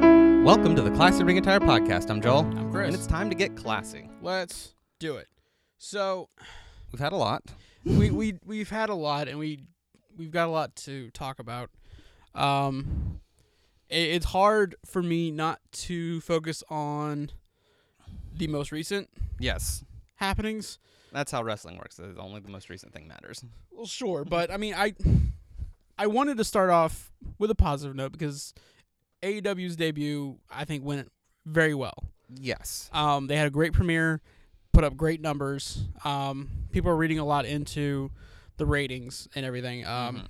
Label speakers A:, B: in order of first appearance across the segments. A: Welcome to the Classy Ring Attire Podcast. I'm Joel.
B: I'm
A: And
B: Chris.
A: it's time to get classy.
B: Let's do it. So
A: We've had a lot.
B: we we we've had a lot, and we we've got a lot to talk about. Um, i it's hard for me not to focus on the most recent
A: Yes.
B: happenings.
A: That's how wrestling works. is Only the most recent thing matters.
B: Well, sure, but I mean, I I wanted to start off with a positive note because AEW's debut, I think, went very well.
A: Yes.
B: Um, they had a great premiere, put up great numbers. Um, people are reading a lot into the ratings and everything. Um,
A: Mhm.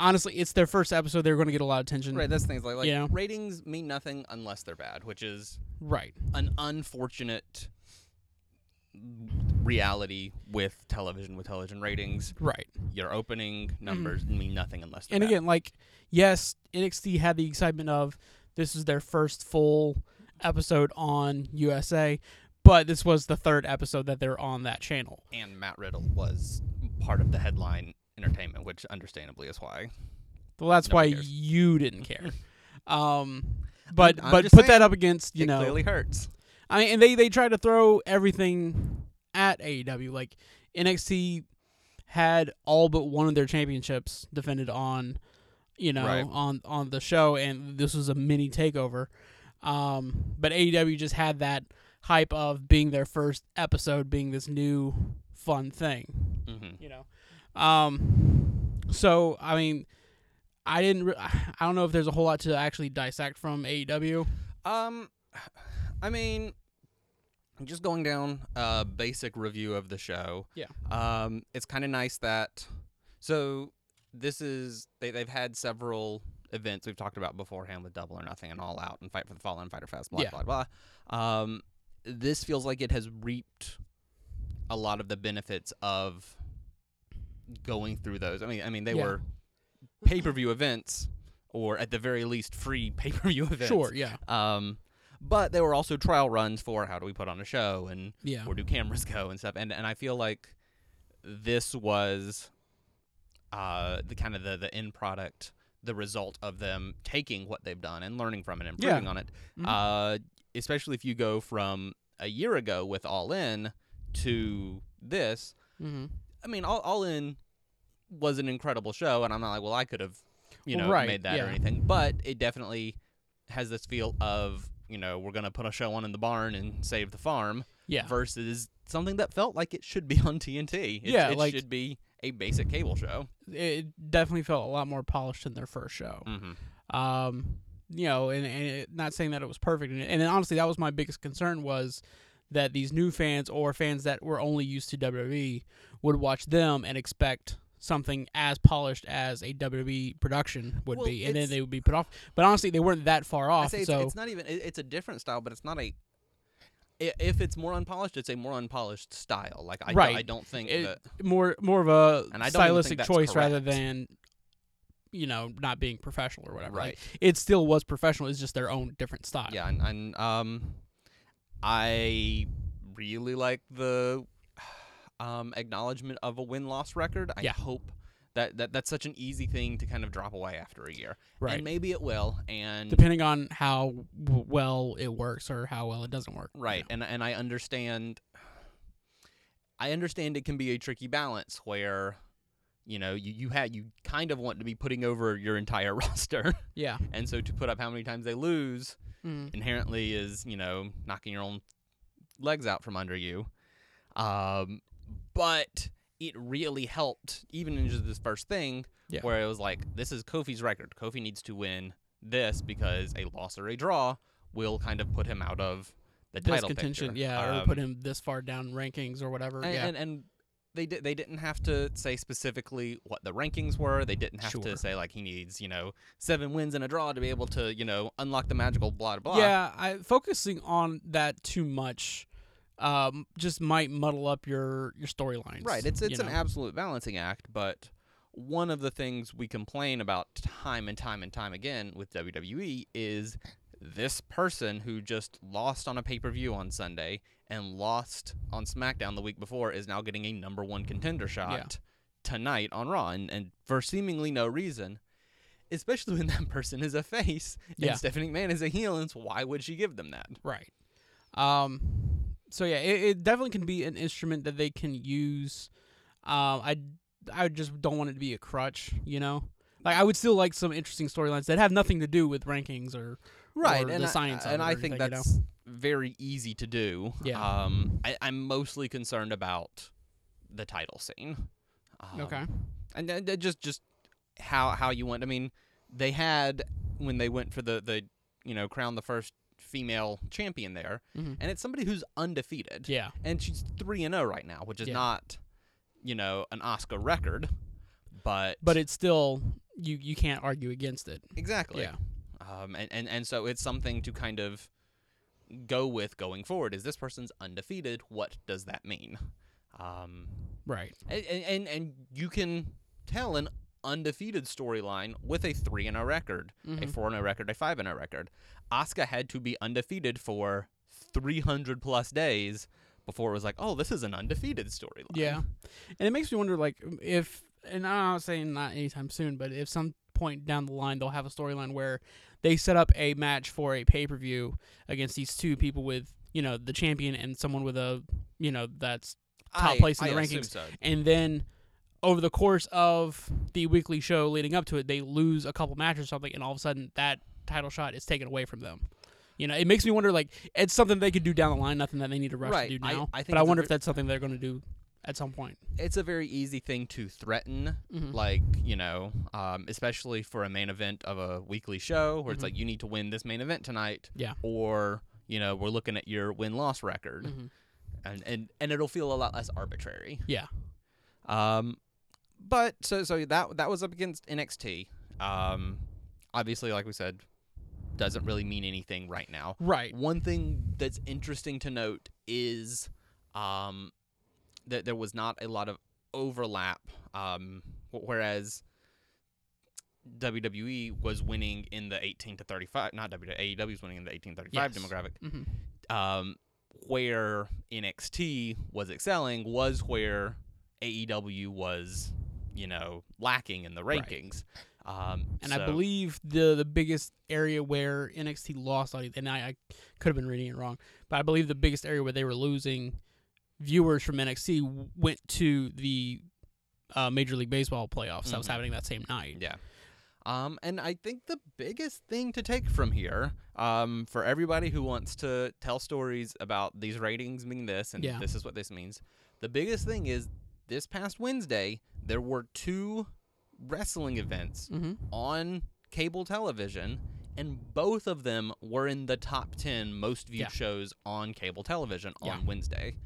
B: Honestly, it's their first episode. They're going to get a lot of attention.
A: Right. That's things like, like
B: Yeah.
A: ratings mean nothing unless they're bad, which is
B: Right.
A: an unfortunate reality with television. With television ratings,
B: Right.
A: your opening numbers mean nothing unless they're
B: Mm-hmm. And
A: bad.
B: again, like, yes, NXT had the excitement of this is their first full episode on USA, but this was the third episode that they're on that channel.
A: and Matt Riddle was part of the headline entertainment, which understandably is why.
B: Well, that's
A: No one
B: why
A: cares.
B: you didn't care. um, but
A: I'm
B: but
A: just
B: put that
A: saying,
B: up against you
A: it
B: know
A: clearly hurts.
B: I mean, and they they try to throw everything at AEW. Like NXT had all but one of their championships defended on, you know,
A: Right.
B: on on the show, and this was a mini takeover. Um, but AEW just had that hype of being their first episode, being this new fun thing
A: Mm-hmm.
B: you know. Um, so I mean, I didn't. Re- I don't know if there's a whole lot to actually dissect from E AEW.
A: Um, I mean, just going down a basic review of the show.
B: Yeah.
A: Um, it's kind of nice that so this is they they've had several events we've talked about beforehand with Double or Nothing and All Out and Fight for the Fallen, Fighter Fest, blah
B: Yeah.
A: blah blah. Um, this feels like it has reaped a lot of the benefits of going through those. I mean, I mean they
B: Yeah.
A: were pay per view events. Or at the very least, free pay-per-view events.
B: Sure, yeah,
A: Um, but there were also trial runs for how do we put on a show and
B: yeah,
A: where do cameras go and stuff. And and I feel like this was uh, the kind of the, the end product, the result of them taking what they've done and learning from it, and
B: Yeah.
A: improving on it.
B: Mhm.
A: Uh, especially if you go from a year ago with All In to this.
B: mm-hmm.
A: I mean, All, All In was an incredible show, and I'm not like, well, I could have, you know,
B: Right,
A: made that or
B: yeah.
A: anything. But it definitely has this feel of, you know, we're gonna put a show on in the barn and save the farm
B: yeah,
A: versus something that felt like it should be on TNT. It,
B: Yeah,
A: it
B: like-
A: should be a basic cable show.
B: it definitely felt a lot more polished than their first show.
A: Mm-hmm.
B: Um, you know, and, and it, not saying that it was perfect, and, and then honestly, that was my biggest concern was that these new fans or fans that were only used to WWE would watch them and expect something as polished as a WWE production would
A: Well,
B: be, and then
A: it's-
B: they would be put off. But honestly, they weren't that far
A: I
B: off.
A: say it's,
B: so
A: it's not even. It, it's a different style, but it's not a. i- If it's more unpolished, it's a more unpolished style. Like I, don't-
B: Right.
A: I don't think
B: It-
A: that
B: more more of a
A: And I don't even think
B: stylistic
A: that's
B: choice rather
A: correct.
B: than you know not being professional or whatever. Like,
A: right.
B: it still was professional. It's just their own different style.
A: Yeah, and, and um, I really like the um, acknowledgement of a win loss record. I
B: Yeah.
A: hope that, that that's such an easy thing to kind of drop away after a year,
B: Right.
A: And maybe it will. And
B: depending on how w- well it works or how well it doesn't work. you
A: right, and and I understand. I understand it can be a tricky balance where, you know, you you had you kind of want to be putting over your entire roster,
B: know. Yeah.
A: and so to put up how many times they lose
B: Mm.
A: inherently is you know knocking your own legs out from under you um, but it really helped even in just this first thing
B: Yeah.
A: where it was like this is kofi's record kofi needs to win this because a loss or a draw will kind of put him out of the
B: This
A: title
B: contention,
A: picture.
B: yeah, or
A: Um,
B: put him this far down rankings or whatever.
A: and,
B: yeah.
A: and, and they did. They didn't have to say specifically what the rankings were. They didn't have
B: Sure.
A: to say like he needs, you know, seven wins and a draw to be able to, you know, unlock the magical blah blah. blah.
B: yeah, I focusing on that too much um just might muddle up your your storylines.
A: Right. It's
B: you
A: it's an
B: know?
A: absolute balancing act, but one of the things we complain about time and time and time again with WWE is this person who just lost on a pay-per-view on Sunday and lost on SmackDown the week before is now getting a number 1 contender shot tonight on Raw and, and for seemingly no reason. especially when that person is a face
B: Yeah.
A: and Stephanie McMahon is a heel. And so why would she give them that?
B: Right. Um. So yeah, it, it definitely can be an instrument that they can use. Um. I I just don't want it to be a crutch. You know. Like I would still like some interesting storylines that have nothing to do with rankings or
A: right
B: or
A: and
B: the
A: I,
B: science of
A: and
B: it or
A: I think
B: anything, you know?
A: that's very easy to do
B: Yeah.
A: um I, i'm mostly concerned about the title scene um,
B: okay.
A: and then then just just how how you want i mean they had when they went for the the you know crown the first female champion there
B: Mhm.
A: and it's somebody who's undefeated
B: Yeah.
A: and she's 3 and 0 right now which is
B: Yeah.
A: not you know an oscar record but
B: But it's still you you can't argue against it.
A: Exactly.
B: Yeah.
A: Um, and, and, and so it's something to kind of go with going forward. Is this person's undefeated? What does that mean? Um,
B: Right.
A: and, and, and, and you can tell an undefeated storyline with a 3 and a record,
B: Mm-hmm.
A: a 4 and a record, a 5 and a record. Asuka had to be undefeated for 300 plus days before it was like, oh, this is an undefeated storyline.
B: Yeah. And it makes me wonder, like, um, if, and I'm not saying not anytime soon, but if some point down the line they'll have a storyline where they set up a match for a pay per view against these two people with, you know, the champion and someone with a, you know, that's, Top
A: I-
B: place in
A: I
B: the
A: assume
B: rankings.
A: so.
B: and then over the course of the weekly show leading up to it, they lose a couple matches or something, and all of a sudden that title shot is taken away from them. You know, it makes me wonder, like, it's something they could do down the line, nothing that they need to rush
A: Right.
B: to do
A: I-
B: now.
A: I think
B: but I
A: it's a
B: wonder
A: ver-
B: if that's something they're going to do at some point.
A: it's a very easy thing to threaten
B: Mhm.
A: like you know um, especially for a main event of a weekly show where it's
B: Mhm.
A: like you need to win this main event tonight
B: Yeah.
A: or you know we're looking at your win-loss record
B: Mhm.
A: and, and and it'll feel a lot less arbitrary
B: Yeah.
A: um but so so that that was up against NXT um obviously like we said doesn't really mean anything right now
B: Right.
A: one thing that's interesting to note is um, that there was not a lot of overlap, um, wh- whereas WWE was winning in the 18 to 35, not WWE, AEW was winning in the 18 to 35
B: Yes.
A: demographic.
B: Mm-hmm.
A: Um, where NXT was excelling was where AEW was, you know, lacking in the
B: Right.
A: rankings. Um,
B: And I
A: so-
B: believe the the biggest area where NXT lost audience, and I, I could have been reading it wrong, but I believe the biggest area where they were losing viewers from NXT w- went to the uh, Major League Baseball playoffs that was
A: Mhm.
B: happening that same night.
A: Yeah. Um, and I think the biggest thing to take from here, um, for everybody who wants to tell stories about these ratings mean this and
B: Yeah.
A: this is what this means, the biggest thing is this past Wednesday there were two wrestling events
B: Mm-hmm.
A: on cable television, and both of them were in the top ten most viewed
B: Yeah.
A: shows on cable television on
B: Yeah.
A: Wednesday.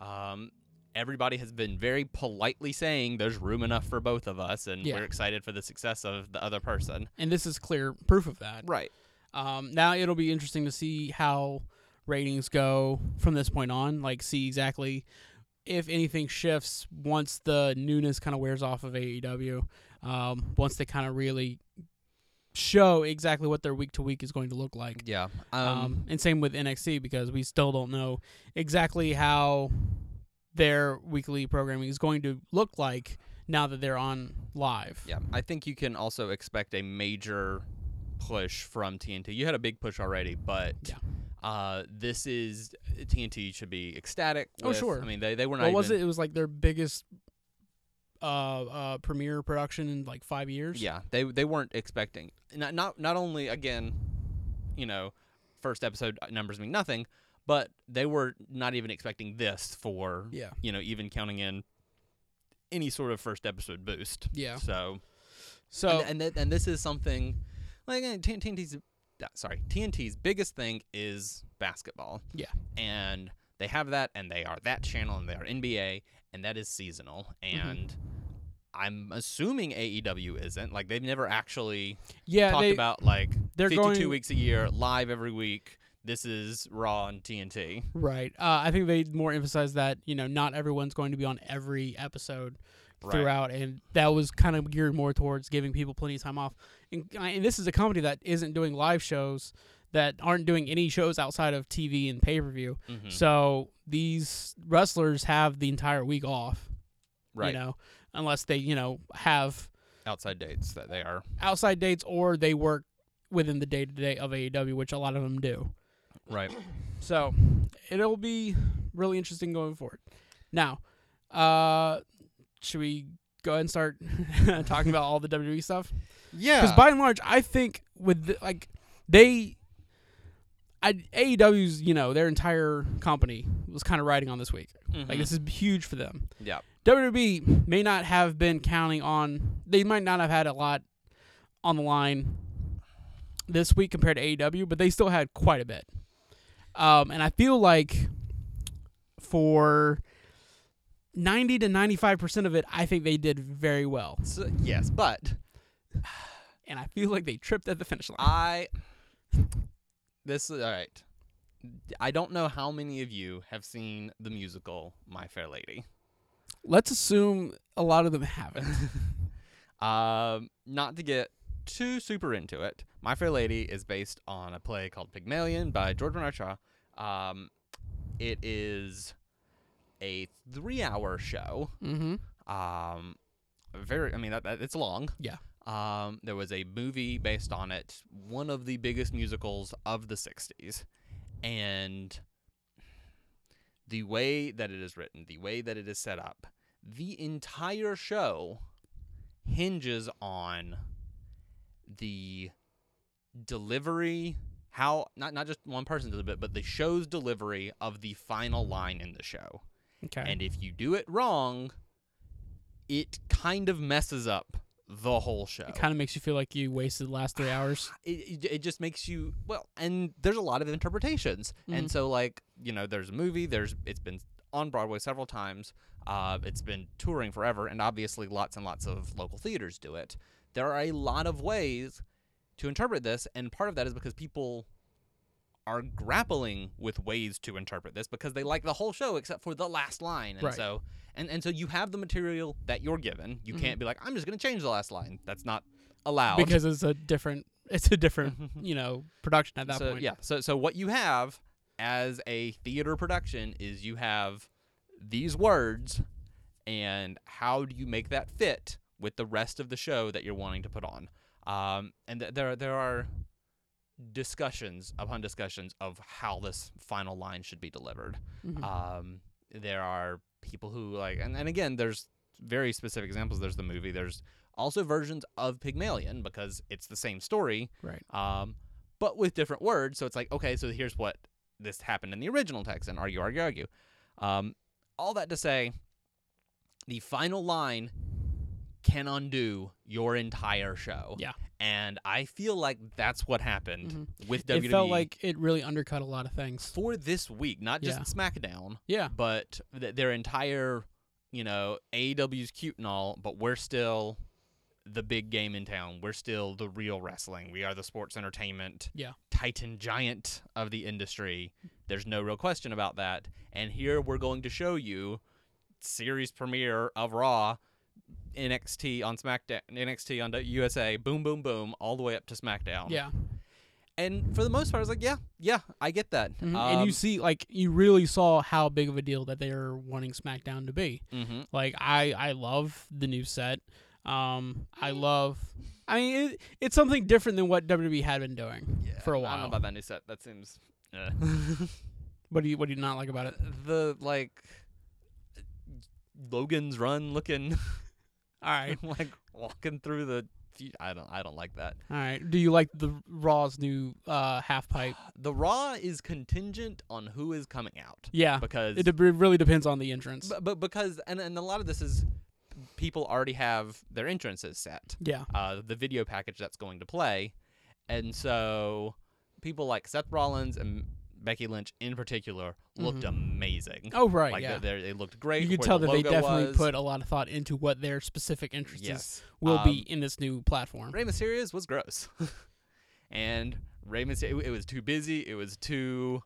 A: Um, everybody has been very politely saying there's room enough for both of us, and
B: Yeah.
A: we're excited for the success of the other person.
B: And this is clear proof of that.
A: Right.
B: Um, now it'll be interesting to see how ratings go from this point on. Like, see exactly if anything shifts once the newness kind of wears off of AEW. Um, once they kind of really show exactly what their week to week is going to look like.
A: Yeah.
B: Um,
A: Um,
B: and same with NXT because we still don't know exactly how their weekly programming is going to look like now that they're on live.
A: yeah. I think you can also expect a major push from TNT. You had a big push already, but
B: Yeah.
A: uh, this is TNT should be ecstatic.
B: Oh,
A: with-
B: sure.
A: I mean, they, they were not.
B: What was
A: even-
B: it? It was like their biggest uh, uh, premiere production in like five years.
A: Yeah, they they weren't expecting not not not only again, you know, first episode uh, numbers mean nothing, but they were not even expecting this for
B: Yeah.
A: you know even counting in any sort of first episode boost.
B: Yeah.
A: So
B: So
A: and and, th- and this is something like uh, T- TNT's uh, sorry TNT's biggest thing is basketball.
B: Yeah.
A: and they have that, and they are that channel, and they are NBA, and that is seasonal,
B: Mm-hmm.
A: and I'm assuming AEW isn't like they've never actually
B: yeah,
A: talked
B: they,
A: about like
B: they're
A: 52
B: going-
A: weeks a year, live every week. This is Raw on TNT.
B: right. Uh, I think they more emphasized that you know not everyone's going to be on every episode
A: Right.
B: throughout, and that was kind of geared more towards giving people plenty of time off. And, and this is a company that isn't doing live shows, that aren't doing any shows outside of TV and pay per view.
A: Mhm.
B: Mm-hmm. So these wrestlers have the entire week off.
A: right.
B: you know, unless they, you know, have
A: outside dates that they are.
B: outside dates or they work within the day to day of AEW, which a lot of them do.
A: Right.
B: So it'll be really interesting going forward. Now, uh, should we go ahead and start talking about all the WWE stuff?
A: Yeah.
B: Because by and large, I think with the, like they, I AEW's you know their entire company was kind of riding on this week. Like this is huge for them.
A: Mm-hmm. Yeah.
B: WWE E may not have been counting on. They might not have had a lot on the line this week compared to AEW, but they still had quite a bit. Um, and I feel like for ninety to ninety-five percent of it, I think they did very well.
A: So, yes, but
B: And I feel like they tripped at the finish line.
A: I. This is all right. I don't know how many of you have seen the musical My Fair Lady.
B: Let's assume a lot of them haven't.
A: Um, not to get too super into it, My Fair Lady is based on a play called Pygmalion by George Bernard Shaw. Um, it is a three-hour show.
B: mm-hmm.
A: Um, very. I mean, that, that, it's long.
B: Yeah.
A: Um, there was a movie based on it, one of the biggest musicals of the '60s, and the way that it is written, the way that it is set up, the entire show hinges on the delivery. How not not just one person does it, but the show's delivery of the final line in the show.
B: Okay.
A: And if you do it wrong, it kind of messes up the whole show.
B: it kind of makes you feel like you wasted the last three hours.
A: It, it, it just makes you well, and there's a lot of interpretations,
B: Mm-hmm.
A: and so like you know, there's a movie. There's it's been on Broadway several times. Uh, it's been touring forever, and obviously lots and lots of local theaters do it. There are a lot of ways to interpret this, and part of that is because people are grappling with ways to interpret this because they like the whole show except for the last line. And
B: Right.
A: so and, and so you have the material that you're given. You can't be like, I'm just gonna change the last line. That's not allowed.
B: Mm-hmm. because it's a different it's a different you know production at that
A: so,
B: point.
A: Yeah. So so what you have as a theater production is you have these words and how do you make that fit with the rest of the show that you're wanting to put on? Um, and th- there there are discussions upon discussions of how this final line should be delivered.
B: Mm-hmm.
A: Um, there are people who like, and, and again, there's very specific examples. There's the movie. There's also versions of Pygmalion because it's the same story,
B: Right.
A: um, but with different words. So it's like, okay, so here's what this happened in the original text, and argue, argue, argue. Um, all that to say, the final line can undo your entire show.
B: Yeah. Mm-hmm.
A: And I feel like that's what happened with WWE
B: It felt like it really undercut a lot of things.
A: for this week, not just
B: Yeah.
A: SmackDown,
B: Yeah.
A: but th- their entire, you know, AEW's cute and all, but we're still the big game in town. We're still the real wrestling. We are the sports entertainment
B: Yeah.
A: titan giant of the industry. There's no real question about that. And here we're going to show you series premiere of Raw, NXT on SmackDown, NXT on USA, boom, boom, boom, all the way up to SmackDown.
B: Yeah.
A: And for the most part, I was like, yeah, yeah, I get that.
B: Mhm. and
A: Um,
B: you see like you really saw how big of a deal that they are wanting SmackDown to be.
A: mhm.
B: Like I I love the new set. Um I love I mean it, it's something different than what WWE had been doing for a
A: I don't know
B: while.
A: about that new set. That seems eh.
B: What do you what do you not like about it?
A: the like Logan's Run looking
B: All right.
A: like walking through the. fu- I don't. I don't like that.
B: All right. Do you like the Raw's new uh half pipe?
A: The Raw is contingent on who is coming out
B: Yeah.
A: because
B: It de- really depends on the entrance.
A: but, but because and and a lot of this is people already have their entrances set.
B: yeah.
A: uh, the video package that's going to play. And so people like Seth Rollins and Becky Lynch in particular looked
B: Mm-hmm.
A: amazing.
B: Oh right,
A: like
B: yeah.
A: they, they, they looked great.
B: you can
A: where
B: tell
A: the
B: that they
A: logo
B: definitely
A: was.
B: put a lot of thought into what their specific interests
A: Yes.
B: will be
A: Um,
B: in this new platform.
A: Rey Mysterio's was gross. and Rey Mysterio, it was too busy. It was too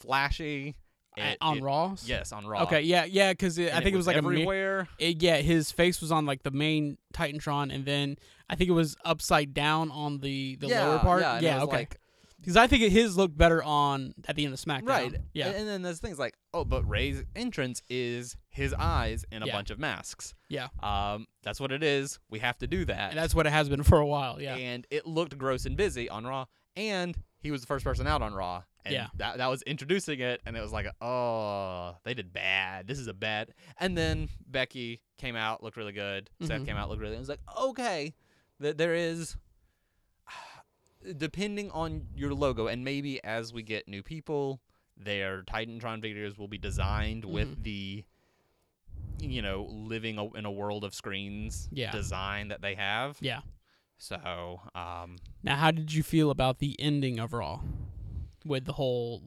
A: flashy.
B: A-
A: It-
B: on
A: it-
B: Raw.
A: Yes, on Raw.
B: Okay, yeah, yeah, because I
A: And
B: think it was, like a
A: everywhere.
B: mi- it- yeah, his face was on like the main Titantron, and then I think it was upside down on the the
A: yeah,
B: lower part.
A: Yeah, and it was
B: okay.
A: like,
B: Because I think his looked better on at the end of SmackDown.
A: Right.
B: Yeah.
A: And, and then there's things like, oh, but Ray's entrance is his eyes in a
B: Yeah.
A: bunch of masks.
B: Yeah.
A: Um, that's what it is. We have to do that.
B: And that's what it has been for a while. Yeah.
A: And it looked gross and busy on Raw. And he was the first person out on Raw. And
B: Yeah.
A: that, that was introducing it. And it was like, oh, they did bad. This is a bad. And then Becky came out, looked really good. Seth
B: Mhm.
A: came out, looked really good. It was like, okay, th- there is. Depending on your logo, and maybe as we get new people, their Titantron figures will be designed
B: Mm-hmm.
A: with the, you know, living a, in a world of screens
B: Yeah.
A: design that they have.
B: Yeah.
A: So, um,
B: Now, how did you feel about the ending of Raw with the whole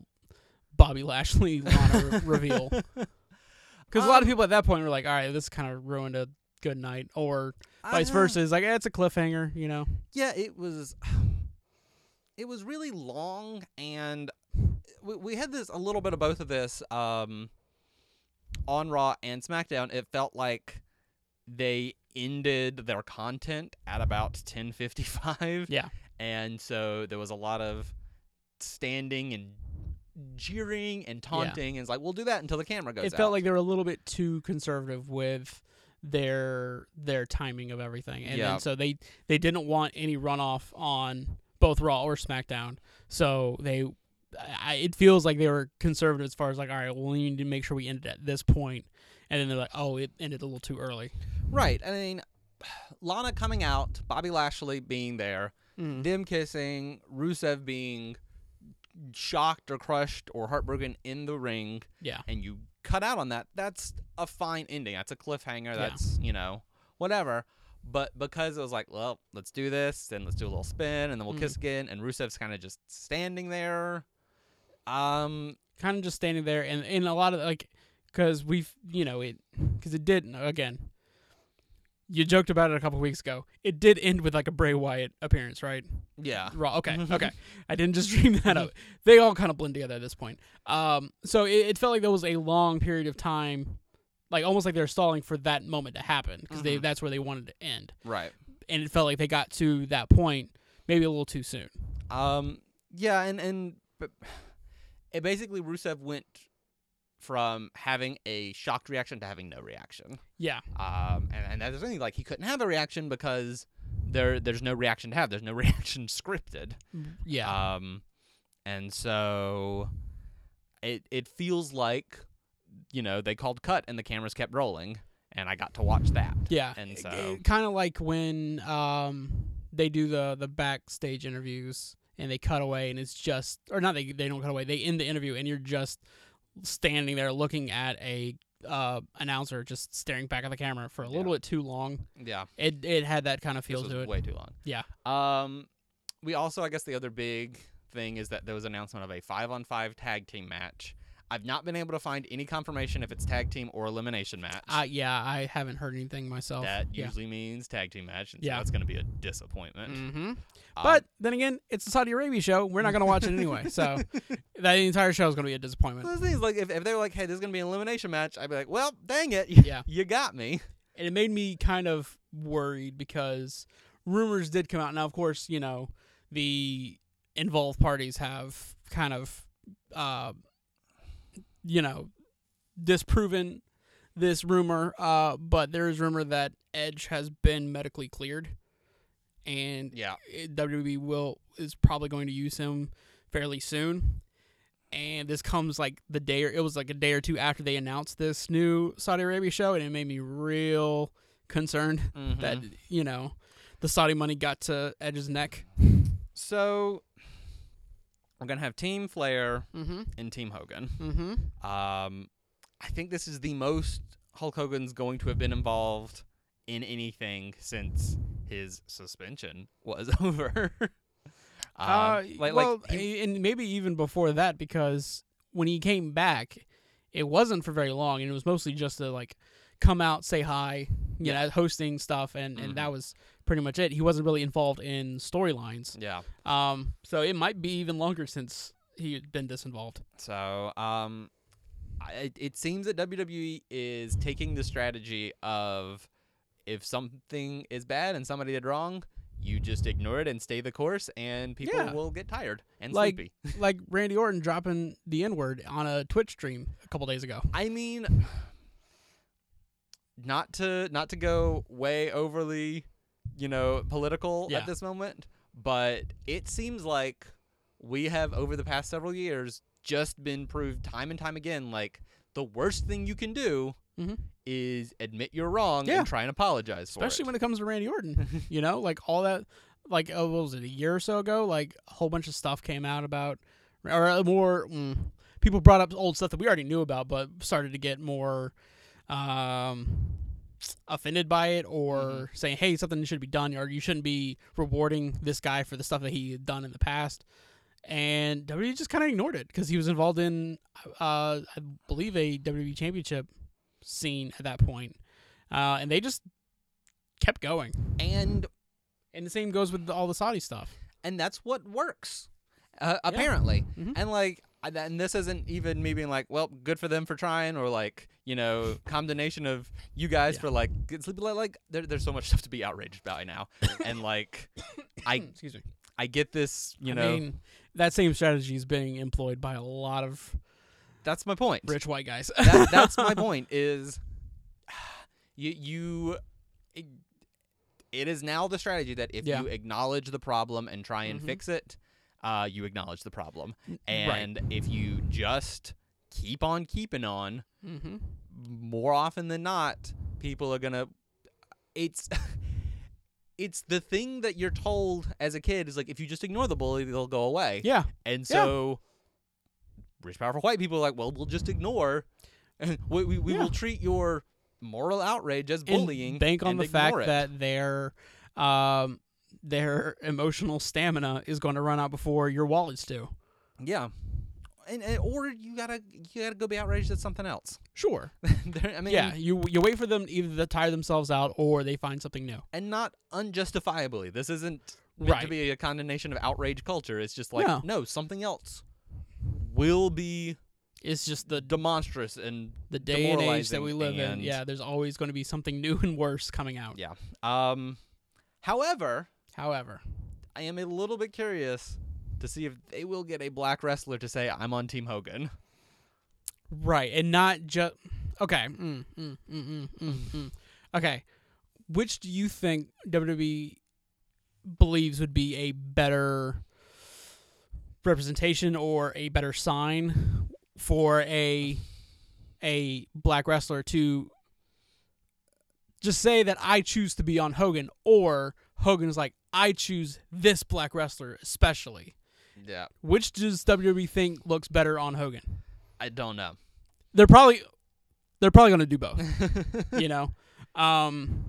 B: Bobby Lashley Lana re- reveal? Because a lot of
A: Um,
B: people at that point were like, "All right, this kind of ruined a good night," or vice versa. It's like, eh, "It's a cliffhanger," you know?
A: Yeah, it was. It was really long, and we, we had this a little bit of both of this um, on Raw and SmackDown. It felt like they ended their content at about ten fifty five.
B: Yeah.
A: and so there was a lot of standing and jeering and taunting, and it's like we'll do that until the camera goes.
B: It felt
A: out."
B: like they were a little bit too conservative with their their timing of everything, and
A: Yeah.
B: then, so they they didn't want any runoff on both Raw or SmackDown. So they, I, it feels like they were conservative as far as like, all right, well, we need to make sure we end it at this point, and then they're like, oh, it ended a little too early.
A: right. I mean, Lana coming out, Bobby Lashley being there.
B: Mm-hmm.
A: them kissing, Rusev being shocked or crushed or heartbroken in the ring,
B: Yeah,
A: and you cut out on that, that's a fine ending. That's a cliffhanger.
B: Yeah.
A: That's, you know, whatever. But because it was like, well, let's do this and let's do a little spin and then we'll
B: Mhm.
A: kiss again, and Rusev's kind of just standing there. Um,
B: kind of just standing there, and in a lot of like, because we've you know it, because it did again. You joked about it a couple weeks ago. It did end with like a Bray Wyatt appearance, right?
A: yeah.
B: Raw. Okay, okay. I didn't just dream that up. They all kind of blend together at this point. Um, so it, it felt like there was a long period of time, like almost like they're stalling for that moment to happen because they
A: Mhm.
B: that's where they wanted to end,
A: Right.
B: and it felt like they got to that point maybe a little too soon.
A: Um, yeah, and and but it basically Rusev went from having a shocked reaction to having no reaction.
B: Yeah,
A: Um, and, and that's the thing, like he couldn't have a reaction because there there's no reaction to have. There's no reaction scripted.
B: yeah,
A: Um, and so it it feels like you know they called cut and the cameras kept rolling, and I got to watch that.
B: yeah.
A: and so-
B: kind of like when um they do the the backstage interviews and they cut away and it's just or not they they don't cut away they end the interview and you're just standing there looking at a uh announcer just staring back at the camera for a little
A: Yeah.
B: bit too long.
A: Yeah,
B: It it had that kind of
A: this
B: feel
A: was
B: to it.
A: way too long.
B: Yeah.
A: Um, we also I guess the other big thing is that there was announcement of a five on five tag team match. I've not been able to find any confirmation if it's tag team or elimination match.
B: I yeah, I haven't heard anything myself.
A: that
B: yeah.
A: usually means tag team match, and
B: Yeah.
A: so that's going to be a disappointment.
B: Mm-hmm.
A: Um,
B: but then again, it's a Saudi Arabia show. We're not going to watch it anyway. So that entire show is going to be a disappointment.
A: the thing is, like, if, if they were like, "Hey, this is going to be an elimination match," I'd be like, "Well, dang it,
B: Yeah.
A: you got me."
B: and it made me kind of worried because rumors did come out. Now, of course, you know the involved parties have kind of, uh, you know, disproven this rumor. Uh, but there is rumor that Edge has been medically cleared, and
A: Yeah,
B: it- WWE will is probably going to use him fairly soon. And this comes like the day or it was like a day or two after they announced this new Saudi Arabia show, and it made me real concerned that you know the Saudi money got to Edge's neck.
A: so we're going to have Team Flair
B: Mm-hmm.
A: and Team Hogan.
B: Mm-hmm.
A: Um, I think this is the most Hulk Hogan's going to have been involved in anything since his suspension was over. um,
B: uh,
A: like,
B: well,
A: like he-
B: and maybe even before that, because when he came back, it wasn't for very long, and it was mostly just to like come out, say hi, you know, hosting stuff, and
A: Mhm.
B: and that was pretty much it. He wasn't really involved in storylines,
A: yeah.
B: um, so it might be even longer since he had been disinvolved.
A: So, um, I- it, it seems that WWE is taking the strategy of if something is bad and somebody did wrong, you just ignore it and stay the course, and people
B: Yeah.
A: will get tired and
B: Like-
A: sleepy.
B: like Randy Orton dropping the N word on a Twitch stream a couple days ago.
A: I mean, not to not to go way overly, you know, political
B: Yeah.
A: at this moment, but it seems like we have over the past several years just been proved time and time again like the worst thing you can do
B: Mhm.
A: is admit you're wrong
B: Yeah.
A: and try and apologize
B: especially
A: for
B: when it comes to Randy Orton. you know, like all that, like oh, what was it a year or so ago? Like a whole bunch of stuff came out about, or more mm, people brought up old stuff that we already knew about, but started to get more um, offended by it or
A: Mm-hmm.
B: saying, hey, something should be done, or you shouldn't be rewarding this guy for the stuff that he had done in the past. And WWE just kind of ignored it because he was involved in, uh, I believe, a WWE championship scene at that point. Uh, and they just kept going.
A: it. And
B: And the same goes with all the Saudi stuff.
A: and that's what works uh, apparently
B: Mhm.
A: and like I- that- and this isn't even me being like well good for them for trying or like you know condemnation of you guys
B: Yeah.
A: for like good sleep like, like there, there's so much stuff to be outraged by now and like i
B: Excuse me.
A: i get this you
B: I
A: know
B: mean, that same strategy is being employed by a lot of
A: that's my point
B: rich white guys.
A: that, that's my point is you you it, it is now the strategy that if
B: Yeah.
A: you acknowledge the problem and try and
B: Mhm.
A: fix it uh, you acknowledge the problem
B: right.
A: and if you just keep on keeping on
B: mm-hmm.
A: more often than not people are gonna it's it's the thing that you're told as a kid is like if you just ignore the bully they'll go away
B: Yeah.
A: and
B: Yeah.
A: so rich, powerful white people are like, well, we'll just ignore. we we, we
B: Yeah.
A: will treat your moral outrage as
B: And
A: bullying.
B: bank on
A: and
B: the
A: ignore
B: fact
A: it."
B: that their um, their emotional stamina is going to run out before your wallets do.
A: Yeah. And, and or you gotta you gotta go be outraged at something else.
B: Sure.
A: There- I mean,
B: yeah. You you wait for them either to tire themselves out or they find something new.
A: and not unjustifiably. This isn't meant to
B: Right.
A: be a condemnation of outrage culture. It's just like
B: No.
A: no, something else will be
B: It's just the
A: demonstrous and
B: the day and age that
A: demoralizing
B: we live in.
A: and-
B: Yeah. There's always going to be something new and worse coming out.
A: yeah. Um, however,
B: However.
A: I am a little bit curious to see if they will get a black wrestler to say I'm on Team Hogan.
B: Right, and not just okay. Mm, mm, mm, mm, mm, mm. Okay, which do you think WWE believes would be a better representation or a better sign for a a black wrestler to just say that I choose to be on Hogan, or Hogan is like I choose this black wrestler especially.
A: Yeah,
B: Which does WWE think looks better on Hogan?
A: I don't know.
B: they're probably they're probably going to do both you know um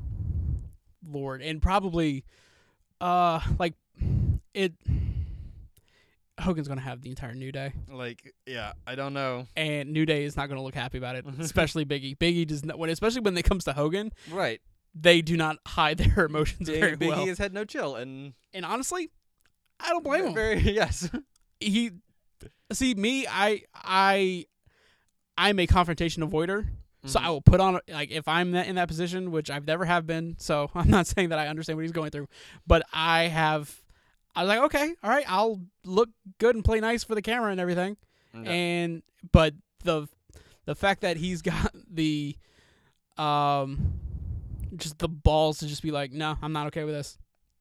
B: lord and probably uh like it hogan's going to have the entire new day
A: like, yeah, I don't know.
B: and new day is not going to look happy about it especially biggie biggie does not when especially when it comes to hogan
A: Right,
B: they do not hide their emotions
A: Big,
B: very
A: Biggie
B: well
A: has had no chill, and
B: and honestly i don't blame him
A: very yes,
B: he see me i i i'm a confrontation avoider so i will put on like if i'm that, in that position which i've never have been so i'm not saying that i understand what he's going through but i have i was like okay all right i'll look good and play nice for the camera and everything and but the the fact that he's got the um just the balls to just be like no i'm not okay with this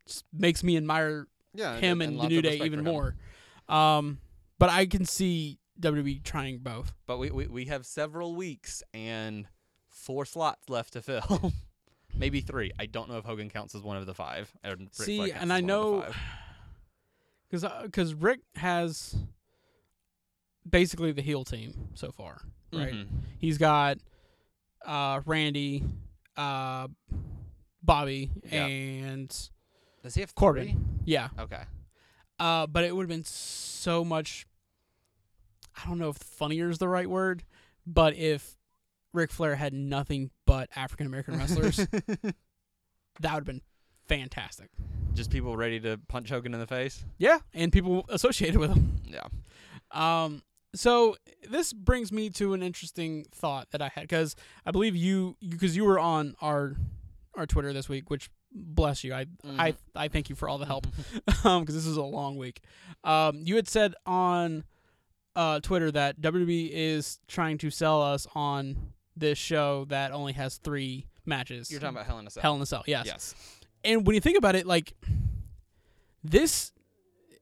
B: just makes me admire
A: yeah,
B: him and, the
A: lots
B: New
A: of
B: Day
A: respect
B: even
A: for him.
B: more. Um, but I can see WWE trying both.
A: But we, we we have several weeks and four slots left to fill, maybe three. I don't know if Hogan counts as one of the five. or Ric Flair
B: See,
A: counts as
B: and
A: one
B: I
A: of the
B: know
A: five.
B: because because Rick has basically the heel team so far, right?
A: Mhm.
B: He's got uh, Randy, uh, Bobby,
A: Yeah.
B: and
A: Does he have
B: Corbin.
A: three?
B: yeah.
A: Okay,
B: Uh, but it would have been so much. I don't know if funnier is the right word, but if Ric Flair had nothing but African American wrestlers, that would have been fantastic.
A: just people ready to punch Hogan in the face.
B: Yeah, and people associated with him.
A: Yeah.
B: Um, so this brings me to an interesting thought that I had because I believe you because you, were on our our Twitter this week, which bless you, I I I thank you for all the help
A: Mm-hmm.
B: um because this is a long week. Um, you had said on uh Twitter E that WWE is trying to sell us on this show that only has three matches.
A: You're talking about Hell in a Cell.
B: Hell in a Cell, yes.
A: yes.
B: And when you think about it, like this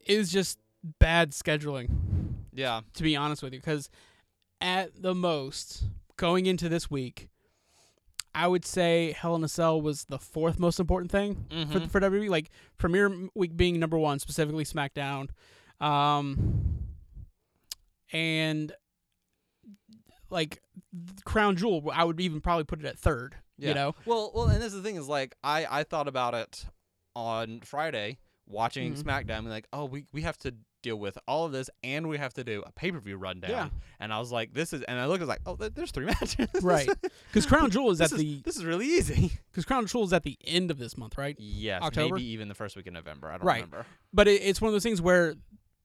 B: is just bad scheduling.
A: Yeah.
B: to be honest with you, because at the most, going into this week, I would say Hell in a Cell was the fourth most important thing
A: Mhm.
B: for, for WWE. Like Premier m- Week being number one, specifically SmackDown, um, and like Crown Jewel, I would even probably put it at third.
A: Yeah.
B: You know,
A: Well, well, and this is the thing is like I I thought about it on Friday watching
B: Mhm.
A: SmackDown and like oh we we have to deal with all of this and we have to do a pay per view rundown.
B: Yeah.
A: And I was like this is and I looked I was like oh th- there's three matches.
B: right? Because Crown Jewel is at
A: this, is,
B: the
A: this is really easy.
B: because Crown Jewel is at the end of this month, right?
A: Yes,
B: October?
A: maybe even the first week in November. I don't
B: Right.
A: remember.
B: but it, it's one of those things where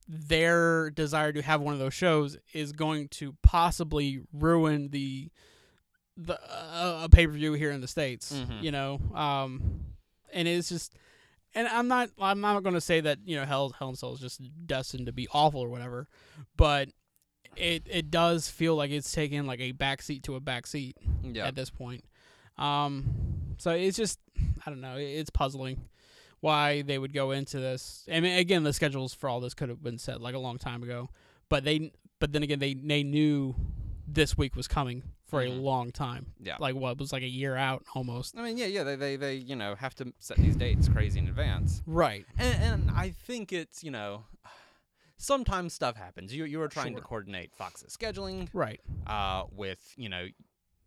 B: their desire to have one of those shows is going to possibly ruin the the uh, a pay per view here in the states.
A: Mhm.
B: You know, um, and it's just, and I'm not I'm not going to say that you know Hell Hell in a Cell is just destined to be awful or whatever, but it it does feel like it's taken like a backseat to a backseat
A: Yeah.
B: at this point. Um, so it's just, I don't know, it- it's puzzling why they would go into this. I mean, again, the schedules for all this could have been set like a long time ago, but they, but then again, they they knew this week was coming for a
A: Mhm.
B: long time.
A: Yeah.
B: like what it was like a year out almost.
A: I mean, yeah, yeah, they, they, they, you know, have to set these dates crazy in advance.
B: Right.
A: And, and I think it's, you know, sometimes stuff happens. You, you were trying to
B: Sure.
A: coordinate Fox's scheduling
B: Right.
A: uh, with, you know,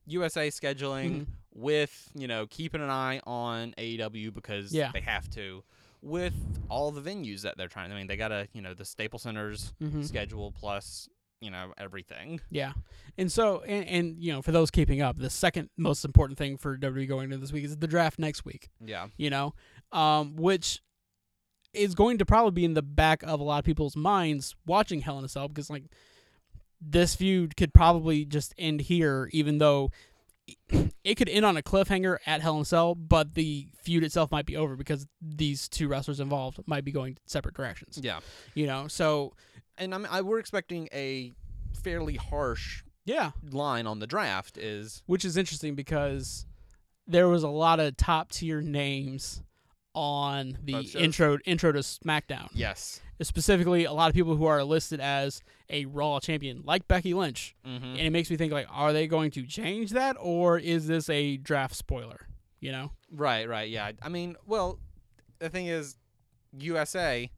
A: USA
B: Mm-hmm.
A: scheduling, with, you know, keeping an eye on AEW because
B: Yeah.
A: they have to, with all the venues that they're trying. I mean, they got to, you know, the Staples Center's
B: hmm
A: schedule plus, you know, everything.
B: Yeah. And so, and, and you know, for those keeping up, the second most important thing for WWE going into this week is the draft next week.
A: Yeah.
B: you know, um, which is going to probably be in the back of a lot of people's minds watching Hell in a Cell because like this feud could probably just end here, even though it could end on a cliffhanger at Hell in a Cell, but the feud itself might be over because these two wrestlers involved might be going separate directions.
A: Yeah.
B: You know, so
A: And I mean, I, we're expecting a fairly harsh
B: yeah,
A: line on the draft is
B: which is interesting because there was a lot of top tier names on the
A: Both shows.
B: intro intro to SmackDown.
A: yes.
B: specifically a lot of people who are listed as a Raw champion, like Becky Lynch.
A: Mm-hmm.
B: And it makes me think like, are they going to change that, or is this a draft spoiler? You know,
A: Right, right, yeah. I mean, well, the thing is, USA,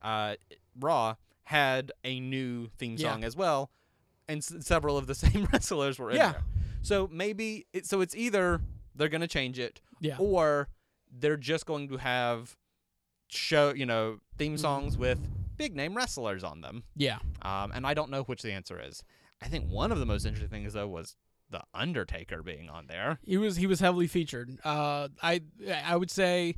A: uh, Raw had a new theme
B: Yeah.
A: song as well, and s- several of the same wrestlers were in
B: Yeah.
A: there. So maybe it, so it's either they're gonna change it,
B: Yeah.
A: or they're just going to have show you know theme
B: Mm-hmm.
A: songs with big name wrestlers on them.
B: yeah,
A: Um, and I don't know which the answer is. I think one of the most interesting things though was the Undertaker being on there.
B: he was he was heavily featured. Uh, I I would say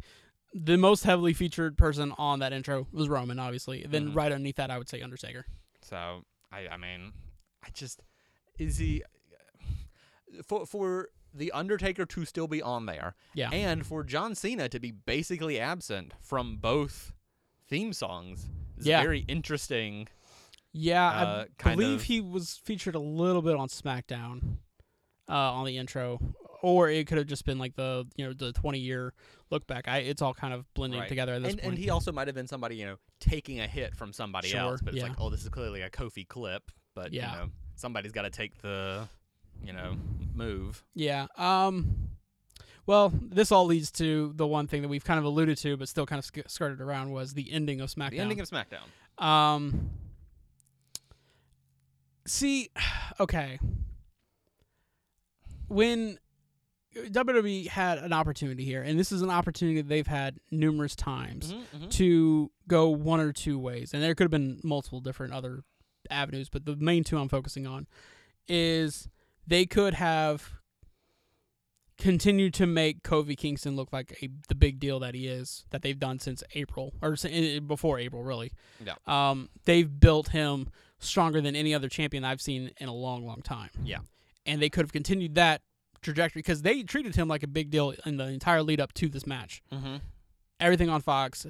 B: the most heavily featured person on that intro was Roman, obviously. Then
A: Mhm.
B: right underneath that, I would say Undertaker.
A: So I, I mean, I just is he for for the Undertaker to still be on there,
B: Yeah.
A: and for John Cena to be basically absent from both theme songs is
B: Yeah.
A: very interesting.
B: Yeah,
A: Uh,
B: I
A: kind
B: believe
A: of-
B: he was featured a little bit on SmackDown uh, on the intro, or it could have just been like the you know the twenty year look back. I it's all kind of blending
A: Right.
B: together at this
A: And,
B: point.
A: and he also might have been somebody you know taking a hit from somebody
B: Sure,
A: else, but it's
B: yeah.
A: like oh this is clearly a Kofi clip, but
B: Yeah.
A: you know somebody's got to take the you know move.
B: yeah. Um. Well, this all leads to the one thing that we've kind of alluded to, but still kind of sk- skirted around was the ending of SmackDown.
A: The ending of SmackDown.
B: Um. See, okay. When WWE had an opportunity here, and this is an opportunity they've had numerous times
A: Mm-hmm,
B: to go one or two ways, and there could have been multiple different other avenues, but the main two I'm focusing on is they could have continued to make Kofi Kingston look like a, the big deal that he is that they've done since April or si- eh, eh, before April really.
A: Yeah.
B: Um, they've built him stronger than any other champion I've seen in a long, long time.
A: Yeah.
B: And they could have continued that trajectory because they treated him like a big deal in the entire lead up to this match
A: Mm-hmm.
B: everything on Fox,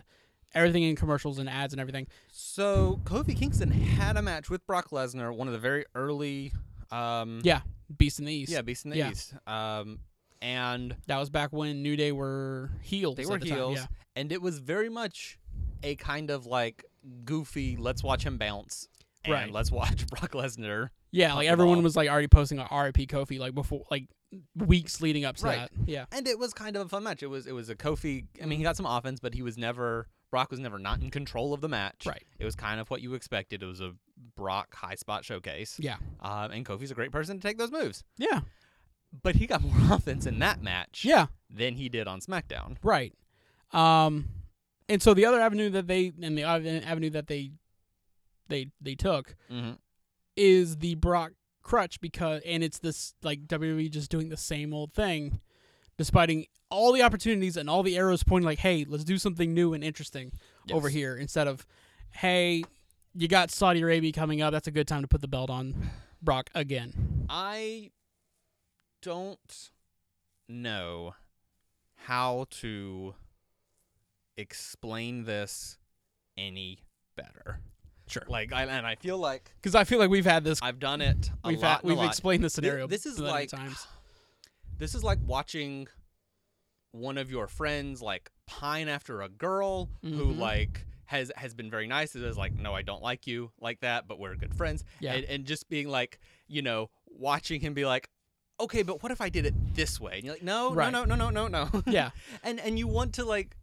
B: everything in commercials and ads and everything.
A: Mm-hmm. So Kofi Kingston had a match with Brock Lesnar, one of the very early. Um,
B: Yeah, Beast in the East.
A: yeah, Beast in the
B: Yeah.
A: East. Um, and
B: That was back when New Day were heels.
A: They
B: at
A: were
B: the time,
A: heels.
B: yeah.
A: and it was very much a kind of like goofy. Let's watch him bounce. And
B: Right.
A: Let's watch Brock Lesnar.
B: Yeah,
A: Pop
B: like
A: the
B: everyone
A: ball.
B: was like already posting like RIP Kofi like before like weeks leading up to
A: Right.
B: that. Yeah.
A: And it was kind of a fun match. It was it was a Kofi. I mean, he got some offense, but he was never Brock was never not in control of the match.
B: Right.
A: It was kind of what you expected. It was a Brock high spot showcase.
B: Yeah.
A: Um, and Kofi's a great person to take those moves.
B: Yeah.
A: But he got more offense in that match
B: Yeah.
A: than he did on SmackDown.
B: Right. Um and so the other avenue that they and the other avenue that they they they took
A: Mm-hmm.
B: is the Brock crutch because and it's this like WWE just doing the same old thing despiting all the opportunities and all the arrows pointing like hey let's do something new and interesting over here instead of hey you got Saudi Arabia coming up that's a good time to put the belt on Brock again
A: I don't know how to explain this any better.
B: sure
A: Like, I, and I feel like
B: cuz I feel like we've had this
A: I've done it a
B: we've had-
A: lot. and a
B: we've
A: lot.
B: explained this
A: Thi-
B: scenario
A: This is
B: plenty
A: like
B: of times
A: this is like watching one of your friends like pine after a girl who
B: Mhm.
A: like has has been very nice and is like, no, I don't like you like that, but we're good friends.
B: Yeah.
A: And, and just being like, you know, watching him be like, okay, but what if I did it this way? And you're like, no,
B: Right.
A: no, no, no, no, no, no.
B: Yeah.
A: and and you want to like,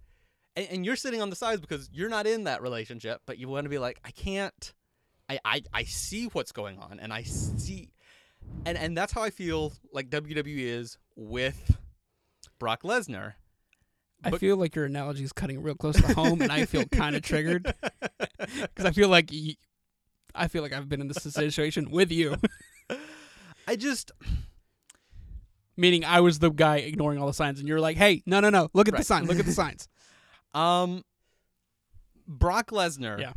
A: and, and you're sitting on the sides because you're not in that relationship, but you want to be like, I can't. I, I, I see what's going on and I see and and that's how I feel like WWE is with Brock Lesnar.
B: I
A: But-
B: feel like your analogy is cutting real close to home, and I feel kind of triggered because I feel like y- I feel like I've been in this situation with you,
A: I just
B: meaning I was the guy ignoring all the signs, and you're like, "Hey, no, no, no! Look at the
A: Right.
B: sign! Look at the signs!"
A: um Brock Lesnar
B: Yeah.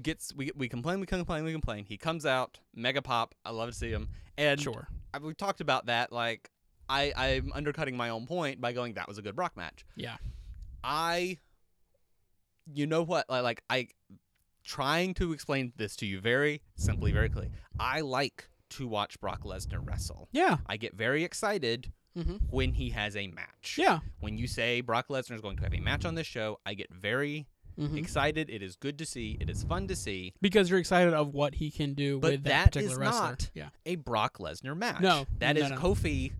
A: gets we we complain, we complain, we complain. He comes out, mega pop. I love to see him. And
B: sure,
A: I- we talked about that like I I'm undercutting my own point by going that was a good Brock match.
B: yeah,
A: I you know what like, like I trying to explain this to you very simply very clearly. I like to watch Brock Lesnar wrestle.
B: yeah,
A: I get very excited
B: mm-hmm.
A: when he has a match.
B: yeah,
A: When you say Brock Lesnar is going to have a match on this show, I get very Mm-hmm.
B: hmm
A: excited. It is good to see. It is fun to see
B: because you're excited of what he can do
A: But
B: with
A: that
B: particular
A: is
B: wrestler.
A: not-
B: yeah,
A: a Brock Lesnar match.
B: No,
A: that
B: no,
A: is
B: no.
A: Kofi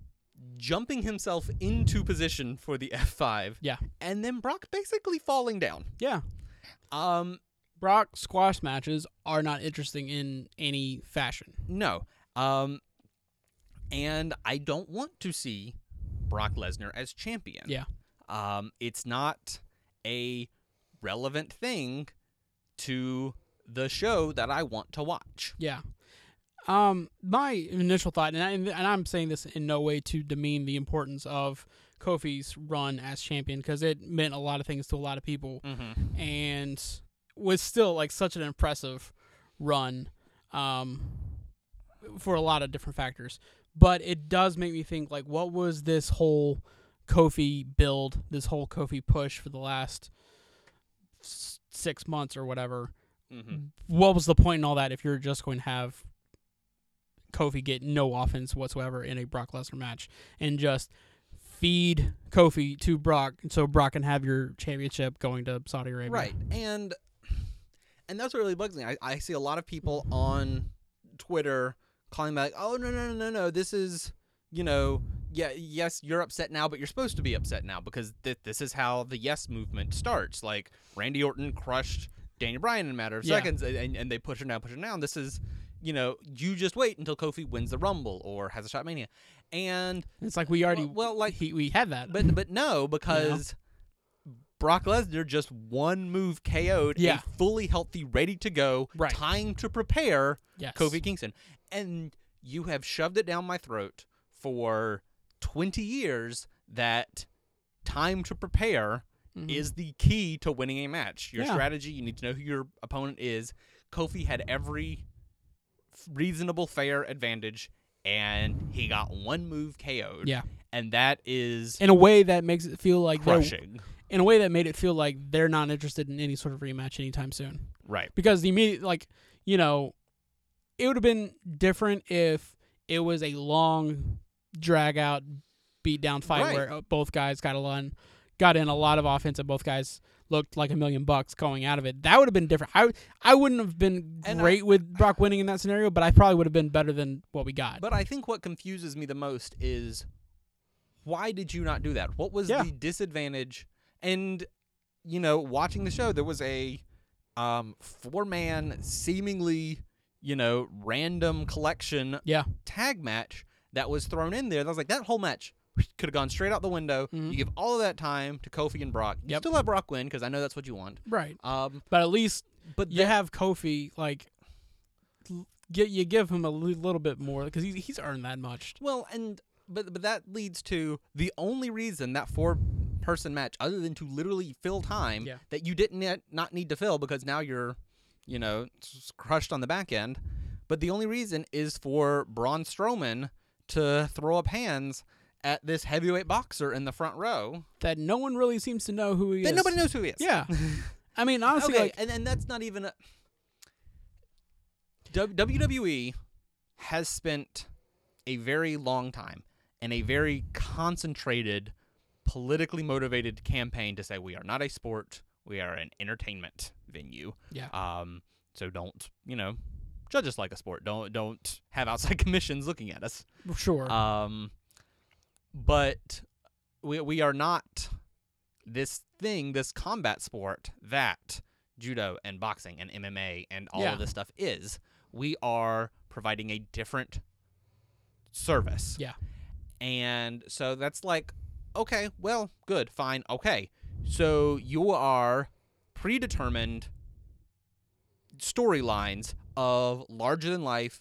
A: jumping himself into position for the F5
B: yeah,
A: and then Brock basically falling down.
B: yeah.
A: Um
B: Brock squash matches are not interesting in any fashion.
A: No. Um, and I don't want to see Brock Lesnar as champion.
B: Yeah.
A: Um, it's not a relevant thing to the show that I want to watch.
B: Yeah. Um, my initial thought, and, I, and I'm saying this in no way to demean the importance of Kofi's run as champion because it meant a lot of things to a lot of people
A: Mm-hmm.
B: and was still like such an impressive run um, for a lot of different factors. But it does make me think like, what was this whole Kofi build, this whole Kofi push for the last s- six months or whatever?
A: Mm-hmm.
B: what was the point in all that if you're just going to have Kofi get no offense whatsoever in a Brock Lesnar match and just feed Kofi to Brock so Brock can have your championship going to Saudi Arabia?
A: Right. And and that's what really bugs me. I, I see a lot of people on Twitter calling back, oh no no no no no, this is you know, yeah, yes, you're upset now, but you're supposed to be upset now because th- this is how the yes movement starts. Like Randy Orton crushed Daniel Bryan in a matter of
B: Yeah.
A: seconds, and- and, and they push him down, push him down. This is, you know, you just wait until Kofi wins the Rumble or has a shot at Mania, and
B: It's like we already
A: well, like
B: he, we had that.
A: but but no, because Brock Lesnar just one move KO'd
B: Yeah.
A: a fully healthy, ready to go,
B: Right.
A: time to prepare
B: yes.
A: Kofi Kingston, and you have shoved it down my throat for twenty years that time to prepare
B: Mhm.
A: is the key to winning a match. Your
B: Yeah.
A: strategy, you need to know who your opponent is. Kofi had every f- reasonable fair advantage and he got one move KO'd.
B: Yeah.
A: And that is
B: in a way that makes it feel like they're-
A: crushing.
B: in a way that made it feel like they're not interested in any sort of rematch anytime soon.
A: Right.
B: because the immediate like you know it would have been different if it was a long drag out, beat down fight
A: Right.
B: where uh, both guys got a lot, got in a lot of offense, and both guys looked like a million bucks going out of it. That would have been different. I I wouldn't have been
A: And I-
B: great with Brock winning in that scenario, but I probably would have been better than what we got.
A: But I think what confuses me the most is why did you not do that? What was
B: Yeah.
A: the disadvantage? And you know, watching the show, there was a um, four-man, seemingly you know, random collection
B: yeah,
A: tag match that was thrown in there. That was like that whole match could have gone straight out the window.
B: Mhm.
A: You give all of that time to Kofi and Brock. You
B: Yep.
A: still let Brock win because I know that's what you want.
B: right.
A: Um,
B: But at least
A: but
B: you have Kofi like l- get you give him a li- little bit more because he's he's earned that much.
A: Well, and but but that leads to the only reason that four person match, other than to literally fill time
B: Yeah.
A: that you didn't ne- not need to fill because now you're, you know, s- crushed on the back end. But the only reason is for Braun Strowman to throw up hands at this heavyweight boxer in the front row
B: That no one really seems to know who he
A: that
B: is.
A: nobody knows who he is.
B: Yeah, I mean honestly,
A: okay,
B: like
A: and and that's not even a, W- WWE has spent a very long time and a very concentrated, politically motivated campaign to say we are not a sport, we are an entertainment venue.
B: Yeah.
A: Um. So don't you know, judge us like a sport. Don't don't have outside commissions looking at us.
B: sure,
A: Um, but we we are not this thing, this combat sport that judo and boxing and MMA and all
B: Yeah.
A: of this stuff is. We are providing a different service.
B: Yeah.
A: And so that's like, okay, well, good, fine, okay. So you are predetermined storylines of larger than life,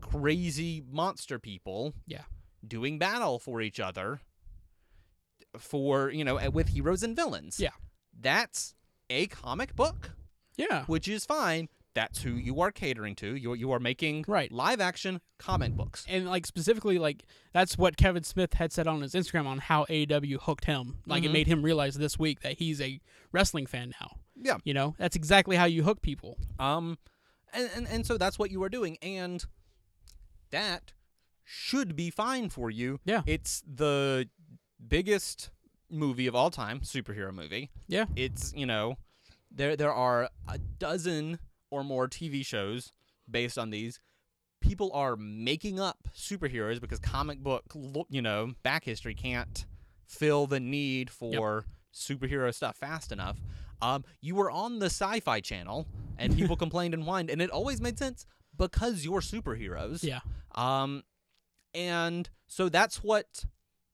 A: crazy monster people doing battle for each other for you know with heroes and villains
B: Yeah.
A: that's a comic book
B: yeah,
A: which is fine that's who you are catering to you you are making
B: Right.
A: live action comic books
B: and like specifically like that's what Kevin Smith had said on his Instagram on how AEW hooked him. Like
A: Mhm.
B: it made him realize this week that he's a wrestling fan now.
A: Yeah.
B: you know that's exactly how you hook people.
A: um and, and and so that's what you are doing and that should be fine for you
B: Yeah.
A: it's the biggest movie of all time superhero movie
B: Yeah,
A: it's you know there there are a dozen or more TV shows based on these people are making up superheroes because comic book lo- you know back history can't fill the need for superhero stuff fast enough um, you were on the sci-fi channel and people complained and whined and it always made sense because you're superheroes
B: yeah,
A: um, and so that's what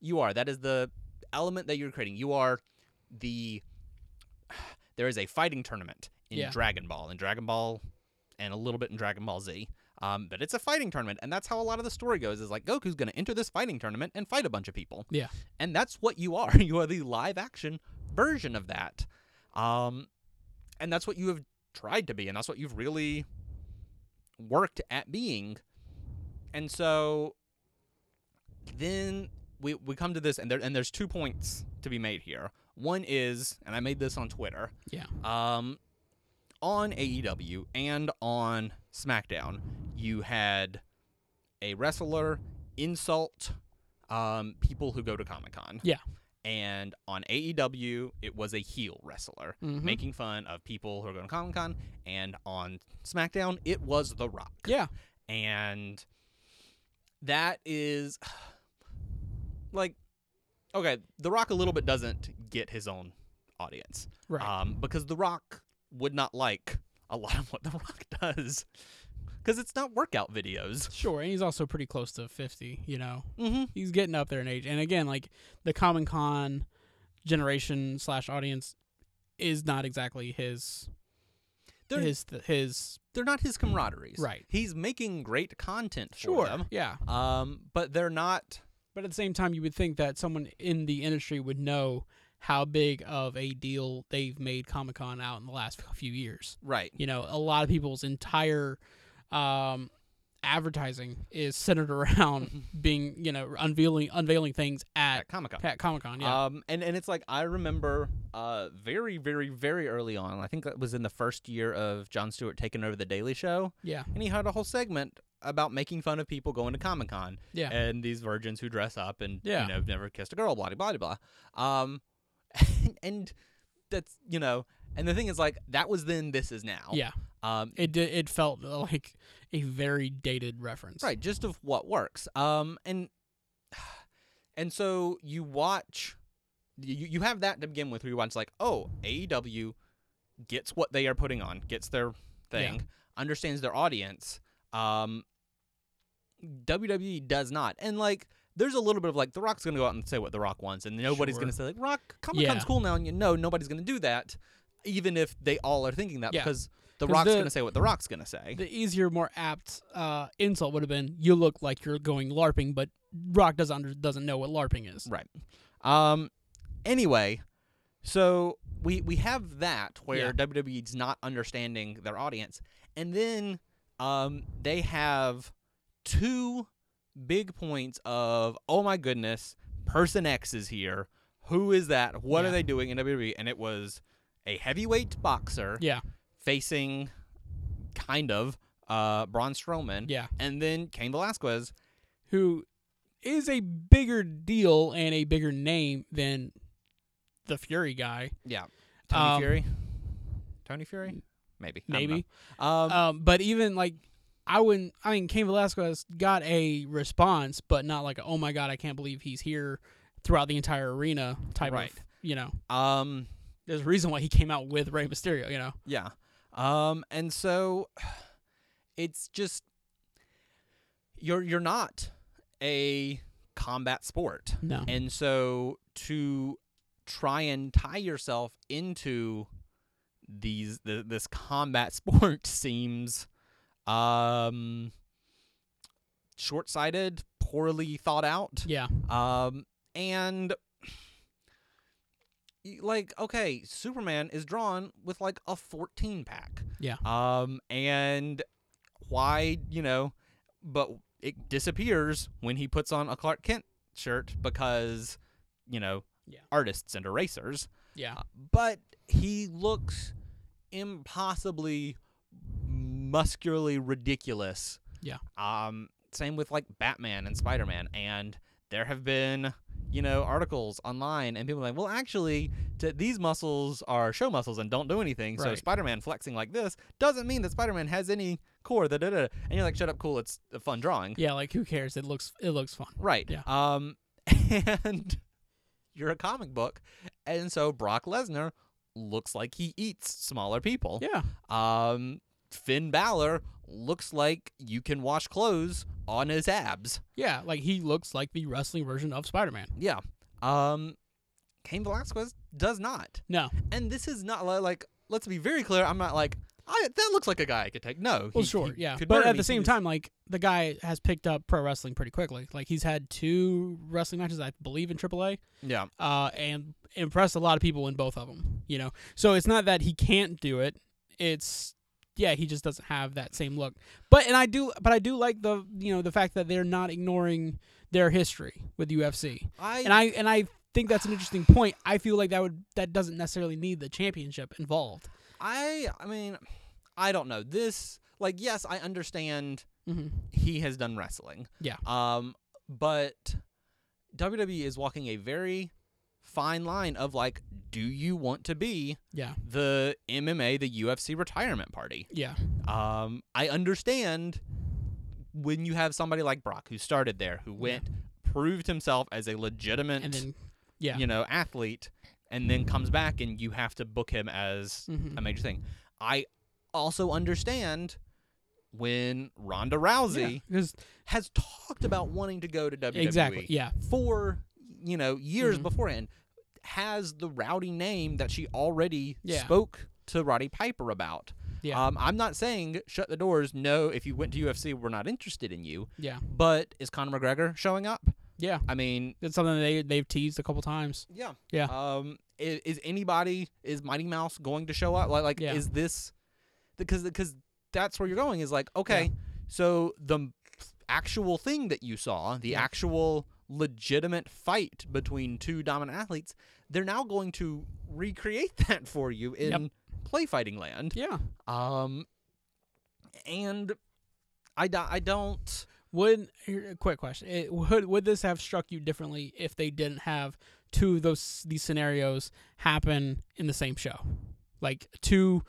A: you are. That is the element that you're creating. You are the. There is a fighting tournament in
B: Yeah.
A: Dragon Ball, in Dragon Ball, and a little bit in Dragon Ball Z. Um, but it's a fighting tournament, and that's how a lot of the story goes. Is like Goku's going to enter this fighting tournament and fight a bunch of people.
B: Yeah.
A: and that's what you are. You are the live action version of that, um, and that's what you have tried to be, and that's what you've really worked at being. And so then we we come to this and there and there's two points to be made here. One is, and I made this on Twitter,
B: yeah,
A: um, on AEW and on SmackDown, you had a wrestler insult um, people who go to Comic Con.
B: Yeah.
A: And on AEW, it was a heel wrestler
B: Mhm.
A: making fun of people who are going to Comic Con. And on SmackDown, it was The Rock.
B: yeah,
A: And that is like, okay, The Rock a little bit doesn't get his own audience
B: right.
A: um, because The Rock would not like a lot of what The Rock does because it's not workout videos.
B: Sure, and he's also pretty close to fifty. You know,
A: Mm-hmm.
B: he's getting up there in age. And again, like the Common Con generation slash audience is not exactly his
A: They're
B: his th- his
A: they're not his camaraderies,
B: Right.
A: He's making great content for them,
B: yeah.
A: um, but they're not.
B: But at the same time, you would think that someone in the industry would know how big of a deal they've made Comic Con out in the last few years.
A: Right.
B: You know, a lot of people's entire um, advertising is centered around being, you know, unveiling unveiling things at
A: at Comic Con.
B: at Comic Con. Yeah,
A: Um, and and it's like I remember, uh, very very very early on. I think that was in the first year of Jon Stewart taking over the Daily Show,
B: yeah,
A: and he had a whole segment about making fun of people going to Comic Con
B: yeah.
A: and these virgins who dress up and
B: Yeah.
A: you know have never kissed a girl, blah de blah de blah. Um, and that's you know, and the thing is like that was then, this is now.
B: Yeah,
A: Um,
B: it did, it felt uh, like a very dated reference.
A: right just of what works um and and so you watch you, you have that to begin with where you watch like oh aew gets what they are putting on gets their thing understands their audience um wwe does not and like there's a little bit of like the rock's gonna go out and say what the rock wants and nobody's
B: Sure.
A: gonna say like rock comic con's
B: Yeah.
A: cool now and you know nobody's gonna do that even if they all are thinking that
B: Yeah.
A: because the
B: 'Cause
A: rock's
B: the-
A: gonna say what the rock's gonna say
B: The easier, more apt uh, insult would have been, "You look like you're going larping," but Rock doesn't under, doesn't know what larping is.
A: Right. Um. Anyway, so we we have that
B: Yeah.
A: where WWE's not understanding their audience, and then um they have two big points of oh my goodness, person X is here. Who is that? What
B: Yeah.
A: are they doing in WWE? And it was a heavyweight boxer
B: Yeah,
A: facing kind of uh Braun Strowman.
B: yeah.
A: And then Cain Velasquez.
B: Who is a bigger deal and a bigger name than the Fury guy?
A: Yeah. Tony
B: Um,
A: Fury. Tony Fury? Maybe. I don't know.
B: Maybe.
A: Um,
B: Um, but even like, I wouldn't. I mean, Cain Velasquez got a response, but not like, "Oh my god, I can't believe he's here!" Throughout the entire arena, type
A: Right.
B: of you know.
A: um,
B: There's a reason why he came out with Rey Mysterio. You know.
A: yeah. Um, and so it's just you're you're not a combat sport.
B: No.
A: And so to try and tie yourself into these the, this combat sport seems um short-sighted, poorly thought out.
B: Yeah.
A: Um, and y- like, okay, Superman is drawn with like a 14 pack.
B: Yeah.
A: Um, and why, you know, but it disappears when he puts on a Clark Kent shirt because, you know,
B: Yeah.
A: artists and erasers.
B: Yeah.
A: Uh, But he looks impossibly muscularly ridiculous.
B: Yeah.
A: Um same with like Batman and Spider-Man and there have been, you know, articles online and people are like, "Well, actually, t- these muscles are show muscles and don't do anything." So
B: Right.
A: Spider-Man flexing like this doesn't mean that Spider-Man has any core. Da, da, da. And you're like, "Shut up, cool. It's a fun drawing."
B: Yeah. Like, who cares? It looks. It looks fun.
A: Right.
B: Yeah.
A: Um, and you're a comic book, and so Brock Lesnar looks like he eats smaller people.
B: Yeah.
A: Um, Finn Balor looks like you can wash clothes on his abs.
B: Yeah. Like he looks like the wrestling version of Spider-Man.
A: Yeah. Um, Cain Velasquez does not,
B: No.
A: and this is not li- like. Let's be very clear. I'm not like. I, that looks like a guy I could take. No.
B: Well,
A: he-
B: sure.
A: he
B: yeah.
A: could
B: But
A: murder
B: at
A: me.
B: the
A: He
B: same
A: was-
B: time, like the guy has picked up pro wrestling pretty quickly. Like he's had two wrestling matches, I believe, in AAA.
A: Yeah.
B: uh, and impressed a lot of people in both of them. You know, so it's not that he can't do it. It's yeah, he just doesn't have that same look. But and I do, but I do like the you know the fact that they're not ignoring their history with UFC,
A: I.
B: and I and I think that's an interesting point. I feel like that would that doesn't necessarily need the championship involved.
A: I. I mean, I don't know. This. Like, yes, I understand
B: Mm-hmm.
A: he has done wrestling.
B: Yeah.
A: Um, but WWE is walking a very fine line of like, do you want to be
B: Yeah,
A: the MMA, the UFC retirement party?
B: yeah,
A: Um, I understand when you have somebody like Brock who started there, who went, proved himself as a legitimate,
B: and then yeah,
A: you know, athlete, and then comes back and you have to book him as
B: Mhm.
A: a major thing. I also understand when Ronda Rousey
B: yeah, 'cause-
A: has talked about wanting to go to WWE
B: exactly, yeah,
A: for you know years
B: Mhm.
A: beforehand. Has the rowdy name that she already
B: Yeah.
A: spoke to Roddy Piper about.
B: Yeah.
A: Um, I'm not saying shut the doors. No, if you went to UFC, we're not interested in you.
B: yeah,
A: But is Conor McGregor showing up?
B: yeah.
A: I mean,
B: It's something they they've teased a couple times.
A: yeah,
B: Yeah.
A: Um, is, is anybody is Mighty Mouse going to show up? Like, like
B: Yeah.
A: is this because because that's where you're going? Is like okay, So the m- actual thing that you saw, the
B: Yeah.
A: actual legitimate fight between two dominant athletes, they're now going to recreate that for you in
B: Yep.
A: play fighting land.
B: Yeah.
A: Um, and I, do- I don't.
B: Would here, a quick question. It, would would this have struck you differently if they didn't have two of those these scenarios happen in the same show? Like two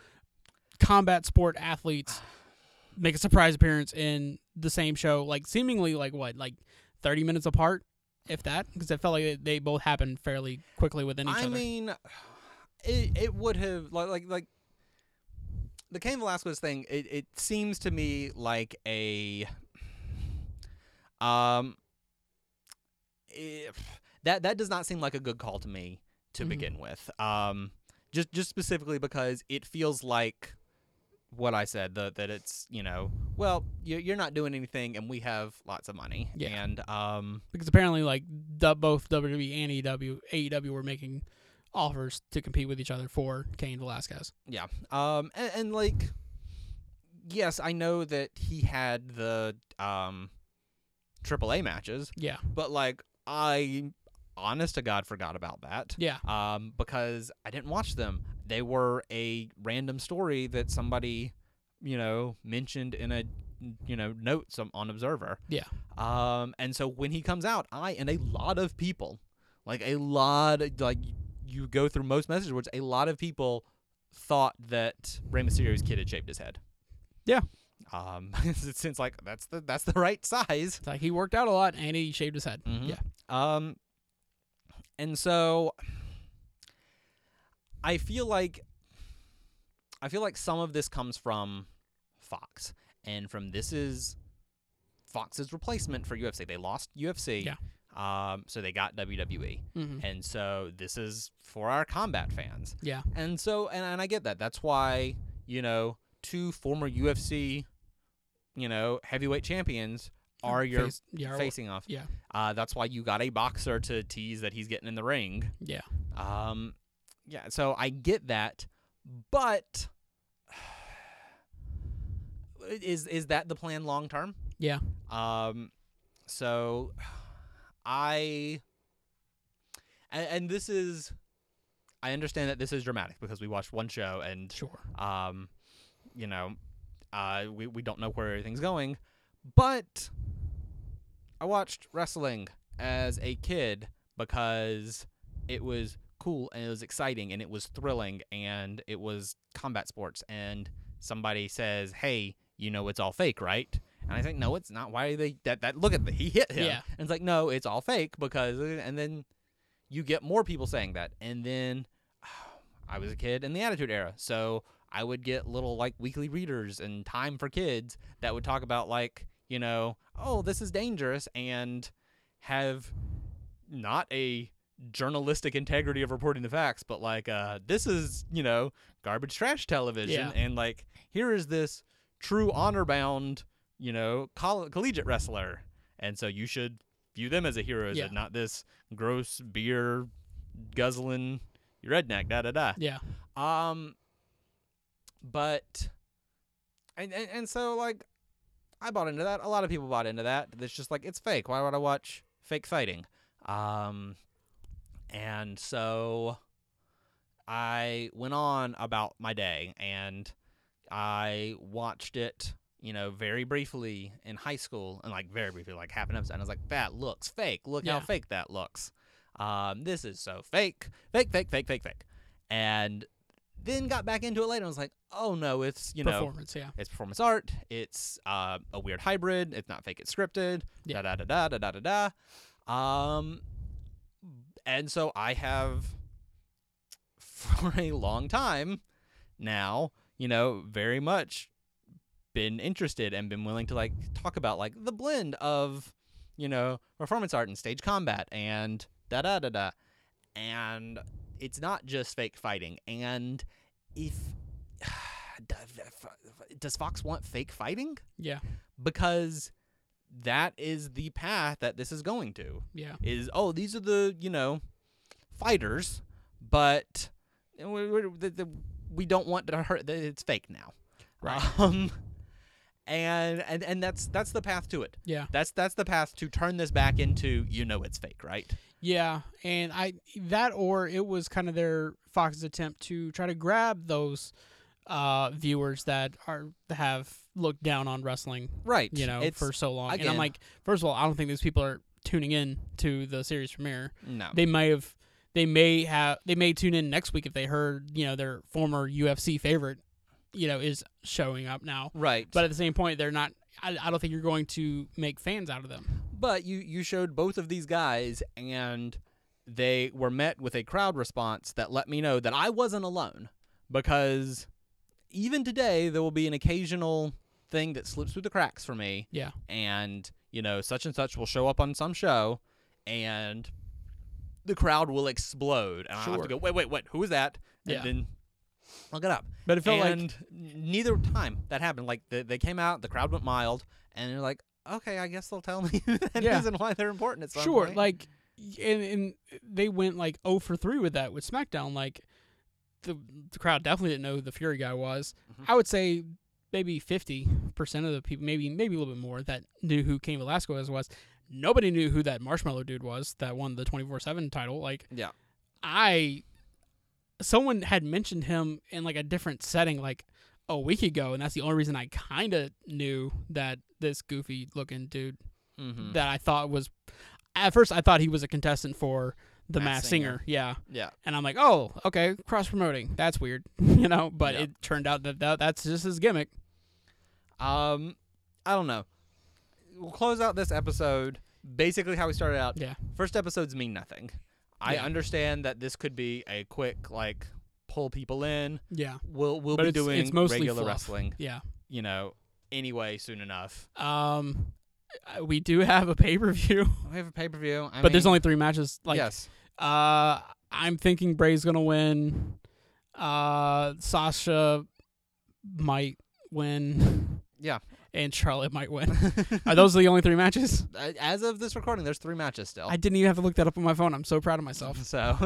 B: combat sport athletes make a surprise appearance in the same show, like seemingly like what, like 30 minutes apart, if that? Cuz it felt like they- they both happened fairly quickly within each
A: I
B: other.
A: mean, it, it would have like like like the Cain Velasquez thing. It it seems to me like a um if, that that does not seem like a good call to me to
B: Mhm.
A: begin with. Um, just just specifically because it feels like what I said that that it's you know well you- you're not doing anything and we have lots of money
B: Yeah.
A: and um
B: because apparently like du- both WWE and E AEW, AEW were making offers to compete with each other for Kane Velasquez.
A: Yeah. Um and, and like yes, I know that he had the um AAA matches,
B: Yeah.
A: but like I honest to god forgot about that.
B: Yeah.
A: Um because I didn't watch them. They were a random story that somebody, you know, mentioned in a you know, note some on Observer.
B: Yeah.
A: Um and so when he comes out, I and a lot of people, like a lot like you go through most message boards, a lot of people thought that Rey Mysterio's kid had shaved his head.
B: Yeah.
A: Um, since like that's the that's the right size.
B: It's like he worked out a lot and he shaved his head.
A: Mhm.
B: Yeah.
A: Um, and so I feel like I feel like some of this comes from Fox, and from this is Fox's replacement for UFC. They lost UFC.
B: Yeah.
A: Um, so they got WWE,
B: hmm
A: and so this is for our combat fans.
B: Yeah.
A: And so, and, and I get that. That's why, you know, two former UFC, you know, heavyweight champions are your
B: Face- yeah, or-
A: facing off.
B: yeah.
A: Uh, that's why you got a boxer to tease that he's getting in the ring.
B: Yeah.
A: Um, yeah. So I get that, but is is that the plan long term?
B: Yeah.
A: Um, so I and, and this is I understand that this is dramatic because we watched one show and
B: Sure.
A: um, you know, uh, we, we don't know where everything's going. But I watched wrestling as a kid because it was cool and it was exciting and it was thrilling and it was combat sports. And somebody says, hey, you know, it's all fake, right? And I think, no, it's not. Why are they that? That look at the he hit him.
B: Yeah.
A: And it's like, no, it's all fake because, and then you get more people saying that. And then I was a kid in the Attitude Era, so I would get little like weekly readers and Time for Kids that would talk about like you know, oh this is dangerous, and have not a journalistic integrity of reporting the facts, but like uh, this is you know garbage trash television,
B: Yeah.
A: and like here is this true honor bound you know coll- collegiate wrestler, and so you should view them as a hero,
B: Yeah.
A: and not this gross beer guzzling you redneck da da da.
B: Yeah.
A: Um, but and, and and so like I bought into that. A lot of people bought into that. It's just like it's fake. Why would I watch fake fighting? Um, and so I went on about my day and I watched it. You know, very briefly in high school, and like very briefly, like half an episode. And I was like, "That looks fake. Look
B: Yeah.
A: how fake that looks. Um, this is so fake, fake, fake, fake, fake, fake." And then got back into it later. and was like, "Oh no, it's you know,
B: Performance. Yeah.
A: it's performance art. It's uh, a weird hybrid. It's not fake. It's scripted.
B: Yeah.
A: Da da da da da da da da. Um, and so I have for a long time now, you know, very much been interested and been willing to like talk about like the blend of you know performance art and stage combat and da da da da and it's not just fake fighting and if does fox want fake fighting
B: Yeah.
A: because that is the path that this is going to
B: Yeah.
A: is oh these are the you know fighters but we, we, the, the, we don't want to hurt that it's fake now
B: Right.
A: um and and and that's that's the path to it.
B: Yeah.
A: That's that's the path to turn this back into you know it's fake, right?
B: Yeah, and I that or it was kind of their Fox's attempt to try to grab those uh, viewers that are have looked down on wrestling,
A: Right.
B: you know,
A: it's,
B: for so long. and
A: again-
B: I'm like, first of all, I don't think these people are tuning in to the series premiere.
A: no.
B: They may have, they may have, they may tune in next week if they heard, you know, their former UFC favorite, you know, is showing up now.
A: right.
B: But at the same point, they're not. I, I don't think you're going to make fans out of them.
A: but you you showed both of these guys and they were met with a crowd response that let me know that I wasn't alone because even today there will be an occasional thing that slips through the cracks for me
B: Yeah.
A: and you know such and such will show up on some show and the crowd will explode and I'll have
B: Sure.
A: to go wait wait what who is that and
B: Yeah.
A: then look it up
B: But it felt
A: and
B: like
A: n- neither time that happened. Like they, they came out, the crowd went mild, and they're like, "Okay, I guess they'll tell me the
B: Yeah.
A: reason why they're important." At some
B: sure
A: point."
B: like y- and, and they went like 0 for 3 with that with smackdown like the, the crowd definitely didn't know who the fury guy was
A: Mhm.
B: i would say maybe 50% of the people maybe maybe a little bit more that knew who Cain velasquez was nobody knew who that marshmallow dude was that won the 24-7 title like
A: Yeah.
B: i someone had mentioned him in like a different setting like a week ago and that's the only reason i kind of knew that this goofy looking dude
A: Mhm.
B: that I thought was at first I thought he was a contestant for the
A: Masked
B: Mass Singer.
A: Singer.
B: yeah.
A: yeah,
B: And I'm like, oh, okay, cross promoting. That's weird, you know. But
A: Yeah.
B: it turned out that, that that's just his gimmick.
A: um, I don't know. We'll close out this episode basically how we started out.
B: Yeah.
A: First episodes mean nothing. I
B: Yeah.
A: understand that this could be a quick like pull people in.
B: Yeah,
A: We'll we'll
B: But
A: be
B: it's-
A: doing
B: it's mostly
A: regular
B: fluff.
A: wrestling,
B: yeah.
A: you know, anyway soon enough.
B: Um, uh, we do have a pay per view,
A: We have a pay per view,
B: but there's only three matches. Like,
A: yes,
B: uh, I'm thinking Bray's gonna win. Uh, Sasha might win,
A: yeah.
B: and Charlotte might win. Are those the only three matches?
A: Uh, as of this recording, there's three matches still.
B: I didn't even have to look that up on my phone. I'm so proud of myself.
A: So,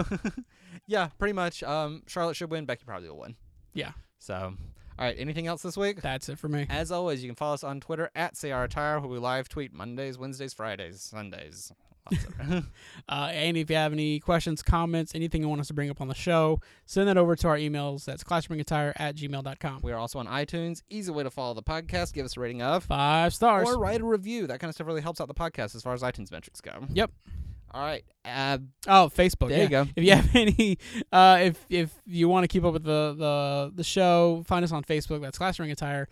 A: yeah, pretty much. Um, Charlotte should win. Becky probably will win.
B: Yeah.
A: So, all right. Anything else this week?
B: That's it for me.
A: As always, you can follow us on Twitter at CR Attire, where we live tweet Mondays, Wednesdays, Fridays, Sundays. Lots of-
B: Uh, and if you have any questions, comments, anything you want us to bring up on the show, send that over to our emails. That's classroomguitar at gmail.com.
A: we are also on iTunes. Easy way to follow the podcast. Give us a rating of.
B: Five stars.
A: Or write a review. That kind of stuff really helps out the podcast as far as iTunes metrics go.
B: Yep.
A: All right. Uh,
B: Oh, Facebook.
A: there
B: yeah.
A: you go.
B: If you have any, uh, if if you want to keep up with the, the the show, find us on Facebook. That's Classroom Attire.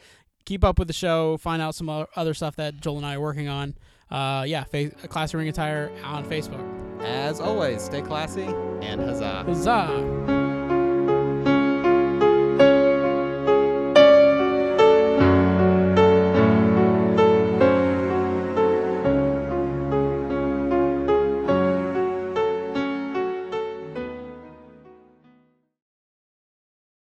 B: Keep up with the show. Find out some o- other stuff that Joel and I are working on. Uh, yeah, fa- Classroom Attire on Facebook.
A: As always, stay classy and huzzah.
B: Huzzah!